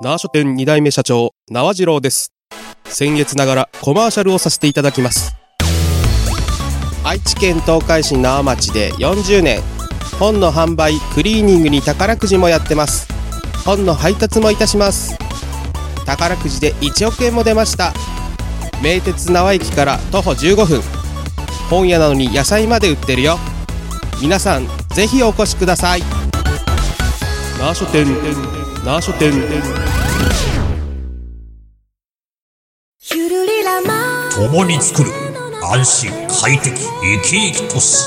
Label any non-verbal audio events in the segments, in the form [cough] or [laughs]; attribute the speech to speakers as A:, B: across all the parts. A: 縄書店2代目社長、縄次郎です。先月ながらコマーシャルをさせていただきます。愛知県東海市縄町で40年、本の販売、クリーニングに宝くじもやってます。本の配達もいたします。宝くじで1億円も出ました。名鉄縄駅から徒歩15分。本屋なのに野菜まで売ってるよ。皆さん、ぜひお越しください。縄書店、縄書店。
B: ゆるりらま
C: 共に作る安心快適生き生き都市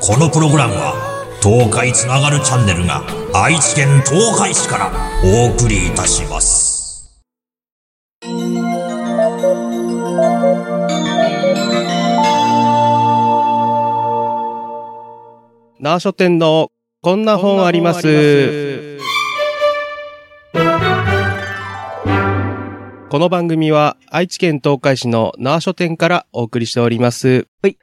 C: このプログラムは東海つながるチャンネルが愛知県東海市からお送りいたします
A: 縄書店のこんな本あります。この番組は愛知県東海市の縄書店からお送りしております。
D: はい。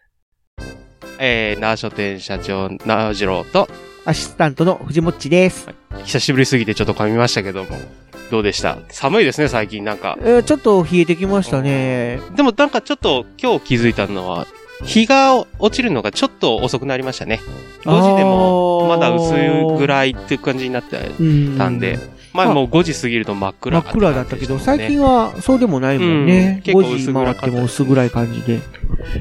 A: えー、縄書店社長、縄次郎と、
D: アシスタントの藤もっちです。
A: 久しぶりすぎてちょっと噛みましたけども、どうでした寒いですね、最近なんか。
D: えーちょっと冷えてきましたね。
A: でもなんかちょっと今日気づいたのは、日が落ちるのがちょっと遅くなりましたね。5時でもまだ薄いぐらいっていう感じになって
D: うん
A: たんで、前もう5時過ぎると真っ暗
D: 真っ暗だったけど、最近
A: は。
D: はそうでもないもんね。
A: うん
D: 5
A: 結構薄
D: 時
A: 暗か
D: 回
A: っ
D: ったても薄暗い感じで。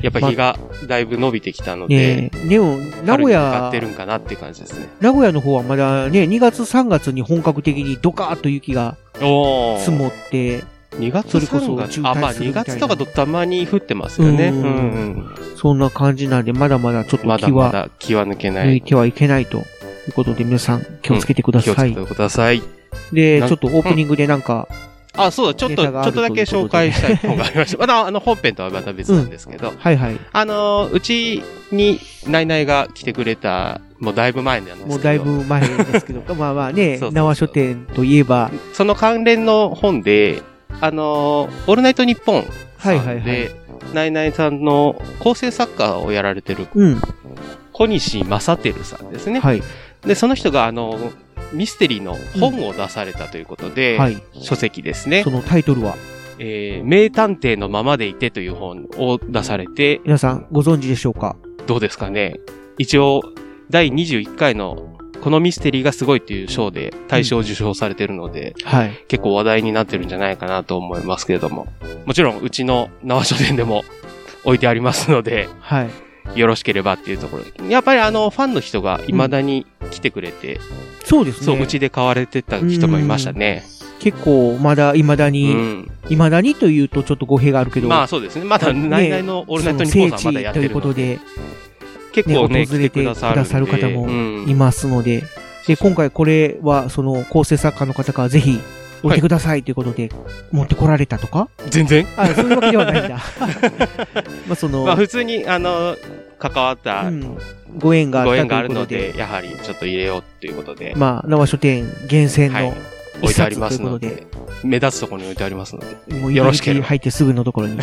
A: やっぱ日がだいぶ伸びてきたので
D: ね、え。でも、名
A: 春
D: 古
A: に向か
D: 屋
A: って、るんかなっていう感じですね。
D: 名古屋の方はまだね、2月3月に本格的にドカーッと雪が
A: お
D: 積もって、
A: 2月
D: それこ
A: 3
D: そ
A: 月
D: 渋
A: あ、まあ
D: 滞する
A: 2
D: みたいな
A: 月とかとたまに降ってますよね。う
D: うんん
A: うん。
D: そんな感じなんで、まだまだちょっと
A: まだ
D: 気
A: ま
D: は
A: だ気は抜けな
D: 抜い
A: い。
D: てはいけないと。いうことで皆さん気をつけてくだ
A: 気をつ
D: さ
A: け
D: い。
A: てください。
D: で、
A: なん
D: ちょっとオープニングでなんか、
A: あ、そうだ、ちょっと、ち
D: ネ
A: ょ
D: タがあ
A: っ
D: る
A: とだけ紹介したい本がありま
D: [laughs]
A: した。まだ、あの、本編とはまた別なんですけど、
D: はいはい。
A: あのー、うちに、ナイナイが来てくれた、もうだいぶ前なんですけど、
D: もうだいぶ前ですけ
A: [laughs]
D: ど、まあまあ
A: そうそ
D: ね
A: うそう、
D: 縄書店といえば、
A: その関連の本で、あのー、オールナイトニッポンさ
D: はいはい
A: ん
D: はい
A: で、ナイナイさんの構成作家をやられてる
D: うん。
A: 小西正輝さんですね。
D: はい。
A: で、その人が、あのー、ミステリーの本を出されたということで、
D: はい。
A: 書籍ですね
D: そ。のタイトルは、
A: えー、名探偵のままでいてという本を出されて、
D: 皆さんご存知でしょうか
A: どうですかね一応、第21回のこのミステリーがすごいっていう賞で大賞を受賞されてるので、
D: はい。
A: 結構話題になってるんじゃないかなと思いますけれども。もちろん、うちの縄書店でも置いてありますので、
D: はい。
A: よろしければっていうところで。やっぱりあの、ファンの人が未だに来てくれて、
D: そうですね。
A: そう、うちで買われてた人もいましたね。
D: 結構、まだ、未だ
A: う
D: に、
A: ん。
D: 未だにというとちょっと語弊があるけど、
A: まあそうですね。まだ、
D: ね
A: ナイナイのオールナイトニッポンさんはまだやってる
D: その
A: ので、
D: 聖地というこ
A: 結構ね、
D: ね
A: 来てくださるんで。
D: 訪れてくださる方も
A: うん
D: とで、いますので、で、今回これは、その、構成作家の方からぜひ、置いてくださいということで、持ってこられたとか
A: 全然
D: あ、そういうわけではないんだ。 [laughs] まあ、そ
A: [laughs]
D: の、
A: まあ普通に、あの、関わった
D: うん、ご縁があ
A: ご
D: った
A: 縁があ
D: とい
A: る
D: うこ
A: の
D: とで
A: で、、やはりちょっと入れようということで、
D: まあ、縄書店厳選
A: はい
D: の、、
A: 置いてありますの
D: 一冊
A: で、目立つところに置いてありますので、
D: もう
A: よ
D: よ
A: ろ
D: ろ
A: し
D: し
A: ければ
D: 入ってすぐのとこ
A: [laughs]
D: ろに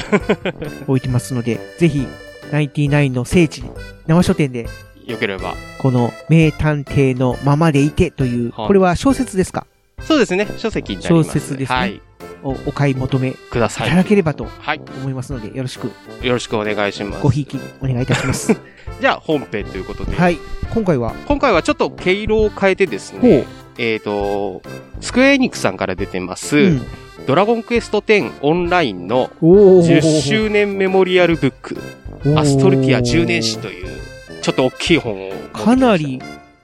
D: 置いてますので、ぜひ、ナインティナインの聖地、縄書店で、
A: よければ。
D: この名探偵のままでいてという、
A: はい
D: これは小説ですか
A: そうですね、書籍になります。
D: 小説ですね
A: はい、
D: をお買い求めい
A: くださ
D: ただ
A: い。
D: ければと
A: はい、
D: 思いますので、よろしく
A: よろしくお願いします。
D: ごひいきお願いいたします。
A: [laughs] じゃあ本編ということで、
D: はい。今回は、
A: 今回はちょっと毛色を変えてです
D: ほ
A: ね、えっ、と、スクエアエニックスさんから出てます、
D: う、うん。
A: ドラゴンクエスト10オンラインの
D: おー
A: 10周年メモリアルブック、アストルティア10年史という、ちょっと大きい本を持ってきました。
D: かなり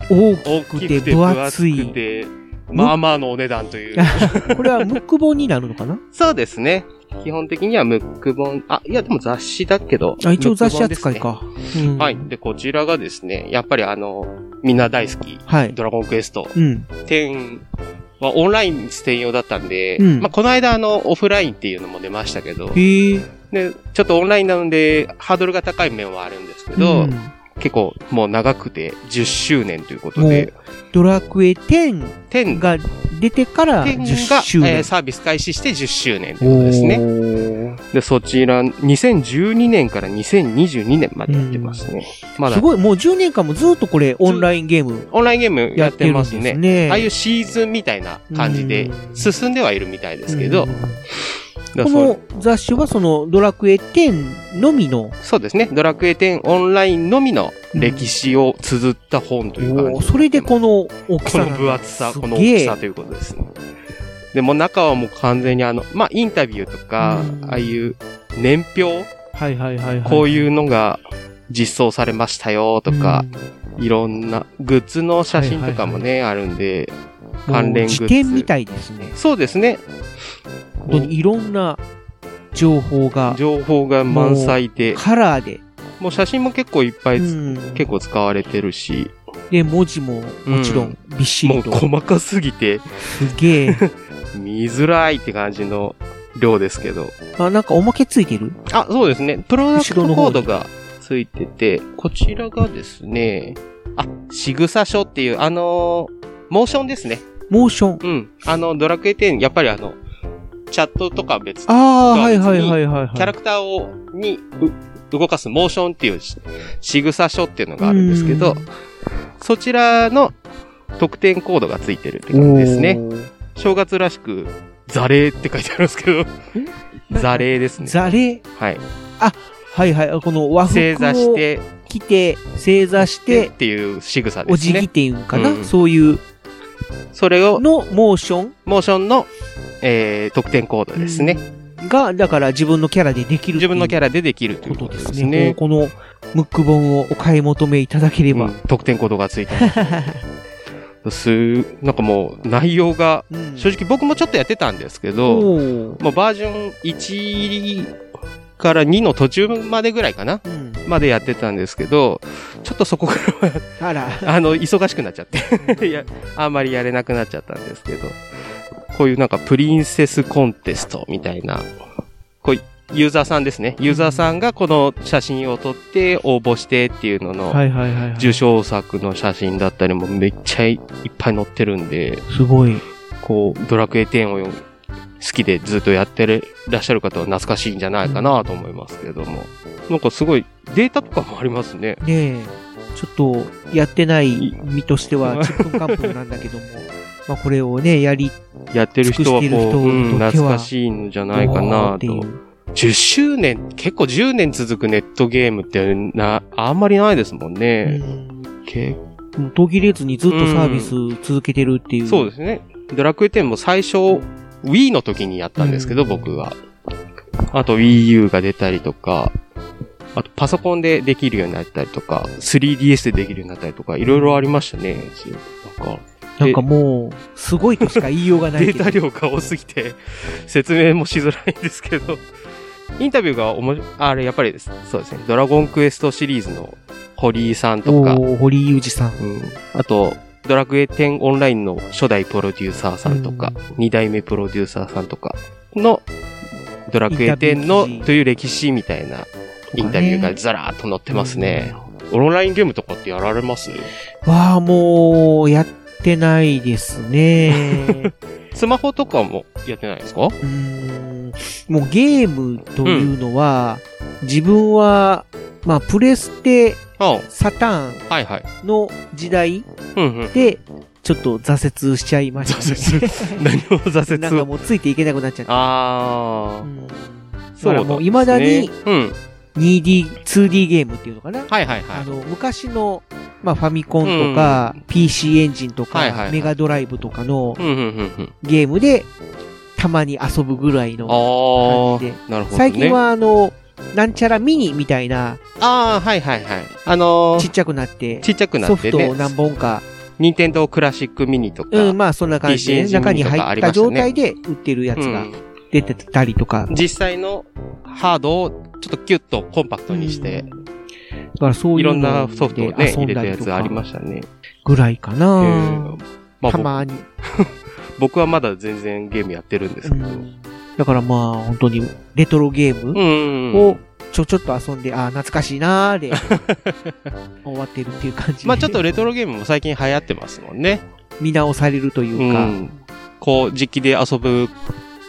D: 大
A: 大き
D: き
A: く
D: くて
A: て
D: 分
A: 分
D: 厚
A: 厚く
D: い。
A: て、まあまあのお値段という。
D: [laughs] これはムック本になるのかな
A: [laughs] そうですね。基本的にはムック本、あ、いやでも雑誌だけど。
D: あ一応雑誌
A: ムック
D: 扱
A: 本で
D: い
A: すね。
D: か。うん
A: はい。。で、こちらがですね、やっぱりあの、みんな大好き、
D: はい。
A: ドラゴンクエスト
D: うん。
A: 10はオンライン専用だったんで、
D: うん
A: まあこの間あの、オフラインっていうのも出ましたけど、
D: へえ。
A: で、ちょっとオンラインなので、ハードルが高い面はあるんですけど、
D: うん
A: 結構もう長くて10周年ということで、
D: ドラクエ10
A: 10
D: が出てから
A: 点
D: 10周
A: が、えー
D: 年。
A: サービス開始して10周年ということですね。
D: ね。
A: ね。で、そちら、2012年から2022年までやってますね。まだ
D: す、ごい、もう10年間もずっとこれ、オンラインゲーム
A: オンラインゲーム
D: や
A: や
D: っ
A: ってて
D: るんで
A: ます
D: す
A: ね。
D: ね。
A: ああいうシーズンみたいな感じで
D: うん
A: 進んではいるみたいですけ
D: う
A: ど
D: ん、
A: だから
D: こ
A: そう
D: の雑誌はそのドラクエ10のみの、
A: そうですね。ドラクエ10オンラインのみの歴史を綴った本という感じ、
D: おーそれでこの大き
A: こ
D: さ
A: の
D: なんだ
A: 分厚さ、
D: す
A: こ
D: げえ
A: の大きさということですね。でも中はもう完全にあの、まあ、インタビューとか
D: う、ん
A: ああいう年表、
D: はいはいはいはい。
A: こう
D: う
A: いうのが実装されましたよとか、いろんなグッズの写真とかもね、あるんで、
D: ん、
A: 関連グッズ
D: もう辞典みたいですね。
A: そうですね。
D: 本当にいろんな情報が、
A: 情報が満載で、
D: カラーで、
A: もう写真も結構いっぱいつ、
D: うん
A: 結構使われてるし、
D: で、文字ももちろんびっし
A: も
D: り
A: う
D: と。
A: 細かすぎて
D: すげ
A: [laughs]
D: え。
A: 見づらいって感じの量ですけど。
D: あ、なんかおまけついてる
A: あ、そうですね。プロダク
D: 後ろの
A: ト
D: 方
A: コ
D: に
A: ードがついてて、こちらがですね、あ、仕草書っていう、あのーモーションですね。
D: モーション。
A: うん。あの、ドラクエ10、やっぱりあの、チャットとかは別
D: あ
A: に、
D: あ、
A: まあ
D: はい
A: 別に
D: はいはいはいはい。
A: キャラクターを、に、う動かすモーションっていうし仕草書っていうのがあるんですけど
D: うん、
A: そちらの特典コードがついてるって感じですね。正月らしく、座礼って書いてあるんですけど、座礼ですね。
D: ザレ、
A: はい。
D: はいはい、この和服
A: 正座し
D: を
A: て、
D: 着て、正座し、
A: で、ってていう仕草で
D: お
A: す
D: 辞儀っ
A: ね。
D: ていうんかな、
A: うん
D: そういう
A: それを、
D: のモーション
A: モーションの、えー、得点コードですね。
D: が、だから自分のキャラでできる
A: 自分のキ
D: ャ
A: ャラでできると
D: ラ
A: いう
D: こと
A: こと
D: で
A: ですす
D: ね。
A: ね。
D: こうこのムック本をお買い求めいただければ。
A: うん得点コードがついてます。 [laughs] す、なんかもう、内容が、
D: うん
A: 正直僕もちょっとやってたんですけど、
D: おー
A: もうバージョン1から2の途中までぐらいかな
D: うん
A: までやってたんですけど、ちょっとそこからは
D: あら、
A: あの、忙しくなっちゃって。いや、あんまりやれなくなっちゃったんですけど。こういうなんかプリンセスコンテストみたいな、こう、ユーザーさんですね。ユーザーさんがこの写真を撮って応募してっていうのの、
D: いはいはい、は
A: 受賞作の写真だったりもめっちゃいっぱい載ってるんで、
D: すごい。
A: こう、ドラクエ10を好きでずっとやってるらっしゃる方は懐かしいんじゃないかなと思いますけども。なんかすごいデータとかもありますね。
D: ねえ、ちょっとやってない身として
A: [laughs]
D: はちっぷんかんぷんなんだけども、まあこれをね、やり
A: やってる人はこ
D: 尽くしてる人
A: う、うん、
D: にとっては
A: 懐かしいんじゃないかな
D: っていう
A: と。。10周年、結構10年続くネットゲームってな、あんまりないですもんね。け
D: うん、途切れずにずっとサービス続けてるっていう。
A: そうですね。ドラクエ10も最初、Wii の時にやったんですけど、
D: うん
A: 僕は。あと Wii U が出たりとか、あとパソコンでできるようになったりとか、3DS でできるようになったりとか、いろいろありましたね。なんか、
D: なんかもう、すごいとしか言いようがない
A: デ
D: け
A: ー
D: ど。
A: タ量が多すぎて、説明もしづらいんですけど、インタビューがおもしあれ、やっぱりですそうですね、ドラゴンクエストシリーズの堀井さんとか、
D: [laughs] おー堀井裕二さん。
A: うん、あと、ドラクエ10オンラインの初代プロデューサーさんとか、二代目プロデューサーさんとかの、ドラクエ10
D: インタビュー記
A: の
D: 事
A: という歴史みたいなインタビューがザラーっと載ってますね。オンラインゲームとかってやられます
D: わあ、もう、やってないですね。
A: スマホとかもやってないですか
D: うーん。もうゲームというのは、自分は、まあ、プレステ、
A: あ
D: サター
A: はい [laughs] はい。
D: ンの時代
A: うんうん。
D: で、ちょっと挫折しちゃいました、
A: 挫何を挫
D: なん
A: 折
D: か
A: を
D: もうついていけなくなっちゃった。
A: あ
D: う
A: あ、
D: ん
A: そう
D: だからもう未だに
A: ですねうん。
D: 2D、2D ゲームっていうのかな
A: はいはい
D: あ
A: はい。
D: の、昔の、まあ、ファミコンとか、PC エンジンとか、
A: はいはいはい
D: メガドライブとかの
A: うんうんうんうん。
D: ゲームで、たまに遊ぶぐらいの。
A: あ
D: 感じで
A: あ、なるほどね。
D: 最近、は、あの、なんちゃらミニみたいな、
A: ああ、はいはいはい。あのー
D: ちっちゃくなって、
A: ちっちゃくな
D: ソ
A: っ
D: フ
A: て
D: ト
A: ね
D: を、何本か、
A: ニンテンドークラシックミニとか、
D: うん、まあ、そんな感じ
A: PC
D: で
A: エ
D: ね、
A: ンジン
D: 中に
A: ミニとか
D: 入
A: あ
D: っ
A: り
D: た
A: ました
D: 状
A: ね
D: 態で売ってるやつ
A: う
D: が
A: ん
D: 出てたりとか。
A: 実際のハードをちょっとキュッとコンパクトにして、
D: だからそう
A: い
D: いう
A: ろ
D: の
A: んなソフトをね、
D: で遊
A: 入
D: ん
A: れ
D: だ
A: た
D: り
A: や
D: と
A: つありま
D: か
A: したね。
D: ぐらいか
A: え
D: な
A: ー。まあ
D: た
A: 僕
D: まに。
A: 僕はまだ全然ゲームやってるんです
D: う
A: けど。
D: んだからまあ、本当に、レトロゲーム
A: うん
D: をちょちょっと遊んで、ああ、懐かしいな
A: [laughs]
D: ーで、終わってるっていう感じで
A: まあちょっとレトロゲームも最近流行ってますもんね。
D: 見直されるといううか、
A: ん、こう、実機で遊ぶ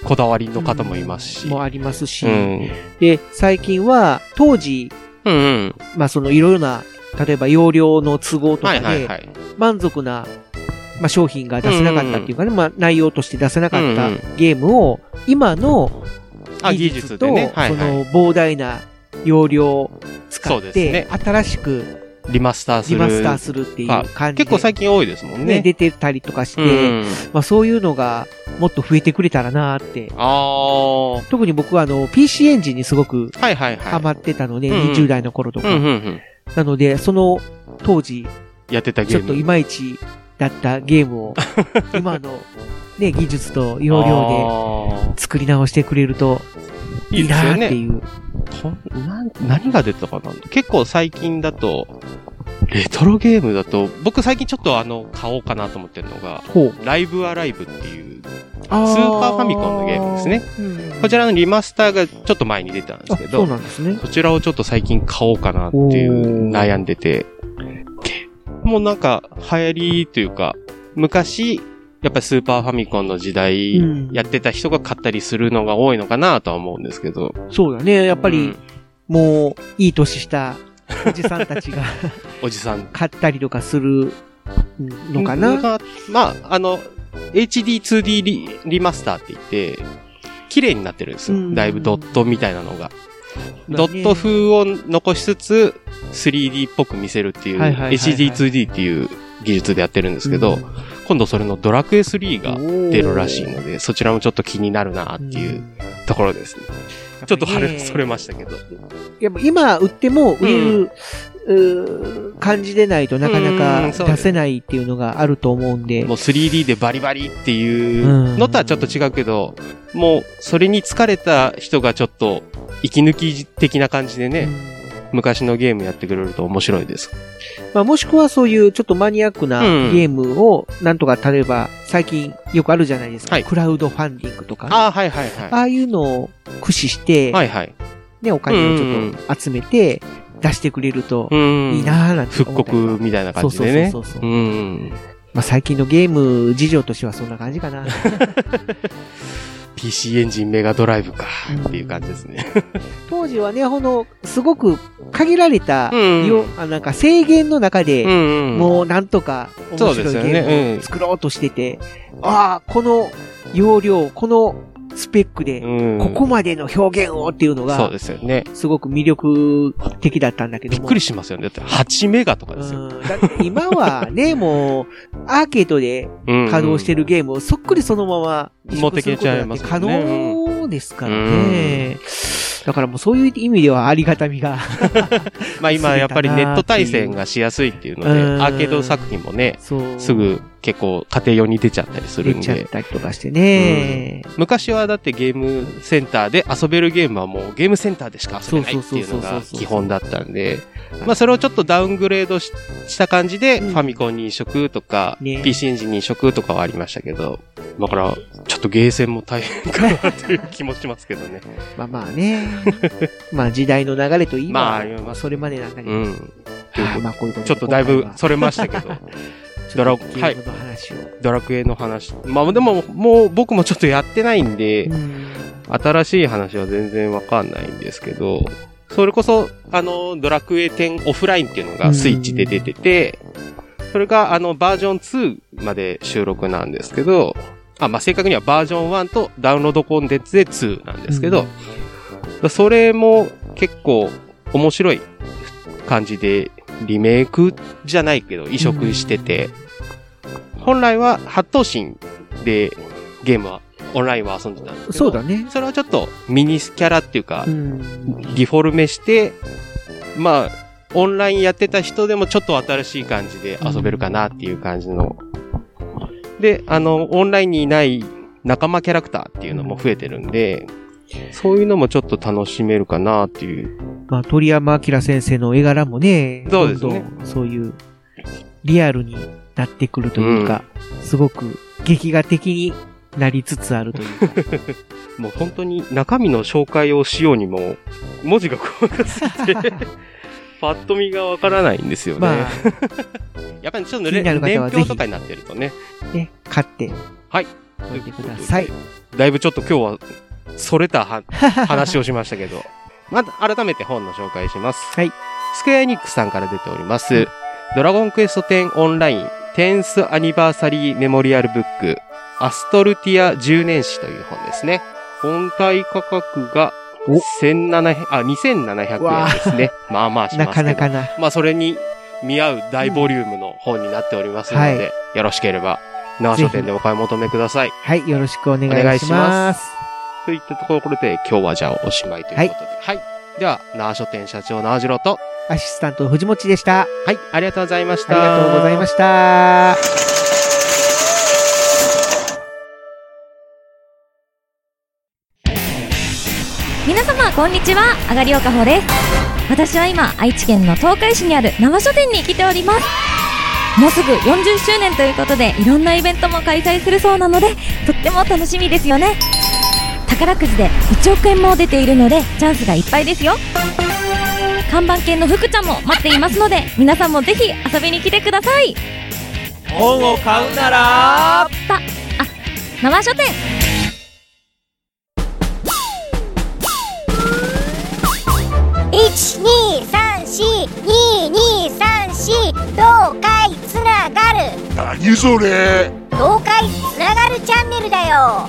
A: こだわりの方もいますし。
D: もありますし、
A: うん。
D: で、最近は、当時、
A: うんうん。
D: まあそのいろいろな、例えば容量の都合と
A: は
D: か
A: いはい
D: で、
A: はい。
D: 満足な、まあ、商品が出せなかったっていうかね、まあ、内容として出せなかっ
A: う
D: た
A: んう
D: ゲームを、今の
A: あ、技
D: 技
A: 術
D: 術
A: で
D: と、
A: ね。はい
D: そ
A: は
D: の膨大な容量を使
A: そう
D: っ
A: です
D: て
A: ね、
D: 新しく
A: い。リマスターす
D: リ
A: る。
D: マスターするっていう
A: あ
D: 感じで、
A: 結構最近多いですもん
D: ね、
A: ね。
D: 出てたりとかし
A: う
D: て、
A: ん。
D: まあ、そういうのがもっと増えてくれたらなーって。
A: ああ。は
D: 特に僕はあの、PC エンジンにすごく
A: いはいはい。
D: ハマってたので、
A: うんうん
D: 20代の頃と
A: う
D: か。
A: んうんうん。
D: なので、その当時、
A: やってたゲ
D: ちょっ
A: ー
D: と
A: ム。
D: いまいちだったゲーム
A: [laughs]
D: を、今の、ね、技術と容量
A: 量
D: で作り直してくれると
A: い
D: い
A: い
D: い
A: ですよ
D: な
A: ね
D: っていう。
A: こんなん何が出たかな結構最近だと、レトロゲームだと、僕最近ちょっとあの、買おうかなと思ってるのが、
D: ほう。
A: ライブアライブっていう、
D: スー
A: スーパーファミコンのゲームですね。
D: ね
A: こちらのリマスターがちょっと前に出たんですけ
D: そ
A: ど、
D: うなんですね。
A: そちらをちょっと最近買おうかなっていう
D: おー
A: 悩んでて、もうなんか流行りというか、昔、やっぱりスーパーファミコンの時代
D: うん、
A: やってた人が買ったりするのが多いのかなとは思うんですけど。やっ
D: そうだね。やっぱり、もう、いい年したおじさんたちが [laughs]
A: おじさん
D: 買ったりとかするのかな。
A: がまあ、あの、HD2D リリマスターって言って、綺麗になってるんです
D: う
A: よ。
D: ん
A: だいぶドットみたいなのが。
D: ね
A: ドット風を残しつつ、3D っぽく見せるっていう、
D: はいはいはいはい
A: HD2D っていう技術でやってるんですけど、今度それのドラクエ3が出るらしいので、そちらもちょっと気になるなっていうところですね。ちょっと晴れ、それましたけど。
D: やっぱ今売っても売れる、うー感じでないとなかな
A: うんそ
D: か
A: うで
D: 出
A: す
D: せないっていうのがあると思うんで。
A: もう 3D でバリバリっていうのとはちょっと違うけど、もうそれに疲れた人がちょっと息抜き的な感じでね、昔のゲームやってくれると面白いです。
D: まあ、もしくはそういうちょっとマニアックな
A: うん
D: ゲームを、なんとか例えば最近よくあるじゃないですか。
A: はい
D: クラウドファンディングとか。
A: ああ、はいはいは
D: ああいうのを駆使して、
A: い。はいはい。
D: ね、お金をちょっと集めて出してくれると
A: うん。
D: いいなーなんて
A: 復
D: 思ったり
A: 刻みたいな感じでね。。
D: そうそうそうそううんまあ、最近のゲーム事情としてはそんな感じか
A: [laughs]
D: な。
A: PC エンジンメガドライブか。っていう感じですね。
D: 当時はね、ほんの、すごく限られた、
A: うん
D: よあなんか制限の中で、
A: んう
D: もうなんとか面白い
A: そうです
D: ゲ
A: よね
D: ー
A: う
D: ム
A: ん
D: を作ろうとしてて、ああ、この容量、このスペックで、
A: ん。
D: ここまでの表現をっていう
A: そ
D: の
A: う
D: が、
A: ですよね。
D: すごく魅力的だったんだけど
A: びっ
D: も。
A: くりしますよね。だって8メガとかですよ。
D: うんだって今は
A: [laughs]
D: ね、もう、アーケードで稼働して
A: る。
D: るゲームをそっくりそのまま移植することなんて可能ですからね。だからもうそういう意味ではありがた
A: [laughs]
D: みが。
A: まあ今やっぱりネット対戦がしやすいっていうので、
D: うん
A: アーケード作品もね、
D: そう。
A: すぐ結構家庭用に出ちゃったりす
D: 出
A: るん
D: ちゃっ
A: で。
D: たりとかしてね。
A: 昔はだってゲームセンターで遊べるゲームはもうゲームセンターでしか遊べないっていうの
D: そうそうそうそう
A: が
D: そう
A: 基本だったんで、まあそれをちょっとダウングレードしした感じで
D: う
A: フ
D: ん
A: ァミコンに移植とか、
D: ね
A: PC エンジンに移植とかはありましたけど、だからちょっとゲーセンも大変かなという気もしますけどね。
D: まあまあね。 [laughs] まあ時代の流れといい
A: まあ
D: ま
A: 今は
D: それまでなんだけ
A: う
D: ど。
A: ん。
D: はいまあこういうことで
A: ちょっとだいぶ
D: 今回は
A: それましたけど、ドラゴン
D: ゲームの話を。
A: ドラクエの話。まあでももう僕もちょっとやってないんで、
D: うん
A: 新しい話は全然わかんないんですけど、それこそ、あの、ドラクエ10オフラインっていうのがスイッチで出てて、それがあのバージョン2まで収録なんですけど、あ、まあ、正確にはバージョン1とダウンロードコンテンツで2なんですけど、それも結構面白い感じでリメイクじゃないけど移植してて、本来は八頭身でゲームはオンラインは遊んでたんですけど、
D: そうだね。
A: それはちょっとミニスキャラっていうか、
D: うん
A: リフォルメして、まあ、オンラインやってた人でもちょっと新しい感じで遊べるかなっていう感じの。で、あの、オンラインにいない仲間キャラクターっていうのも増えてるんで、そういうのもちょっと楽しめるかなっていう。
D: まあ、鳥山明先生の絵柄もね、
A: そうですね
D: どんどんそういう、リアルになってくるというか、すごく劇画的になりつつある
A: [laughs]
D: というか。
A: もう本当に中身の紹介をしようにも、文字が細かすぎ
D: [laughs]
A: て、パッと見がわからないんですよね。
D: まあ、
A: やっぱりちょっと
D: 気
A: ね
D: になる
A: 年
D: 方はぜひ
A: 表とかになってるとね。
D: ね、買って、
A: はい。
D: 解いてください。
A: だいぶちょっと今日は、それた
D: [laughs]
A: は話をしましたけど、また改めて本の紹介します。
D: はい。
A: スクエアエニックスさんから出ております、ドラゴンクエスト10オンライン、テンスアニバーサリーメモリアルブック、アストルティア10年史という本ですね。本体価格が、
D: お
A: 1700あ、2700
D: わ
A: 円ですね。まあまあしますけ
D: な
A: ど。
D: かなかな。
A: まあ、それに見合う大ボリュームの本になっておりますので、
D: うんは
A: よろしければ、長書店でお買い求めください。
D: はい、よろしくお願
A: お願い
D: い
A: し
D: し
A: ま
D: ますす。
A: といったところで、今日はじゃあおしまいということで。はい。では、長書店社長長次郎と、
D: アシスタントの藤持でした。
A: はい、ありがとうございまし
D: あ
A: た。
D: りがとうございました。
B: 皆様こんにちはあがりおかほです私は今愛知県の東海市にある生書店に来ておりますもうすぐ40周年ということでいろんなイベントも開催するそうなのでとっても楽しみですよね宝くじで1億円も出ているのでチャンスがいっぱいですよ看板犬の福ちゃんも待っていますので皆さんもぜひ遊びに来てください
E: 本を買うなら
B: 生書店
F: 一二三四二二三四東海つながる
G: 何それ
F: 東海つながるチャンネルだよ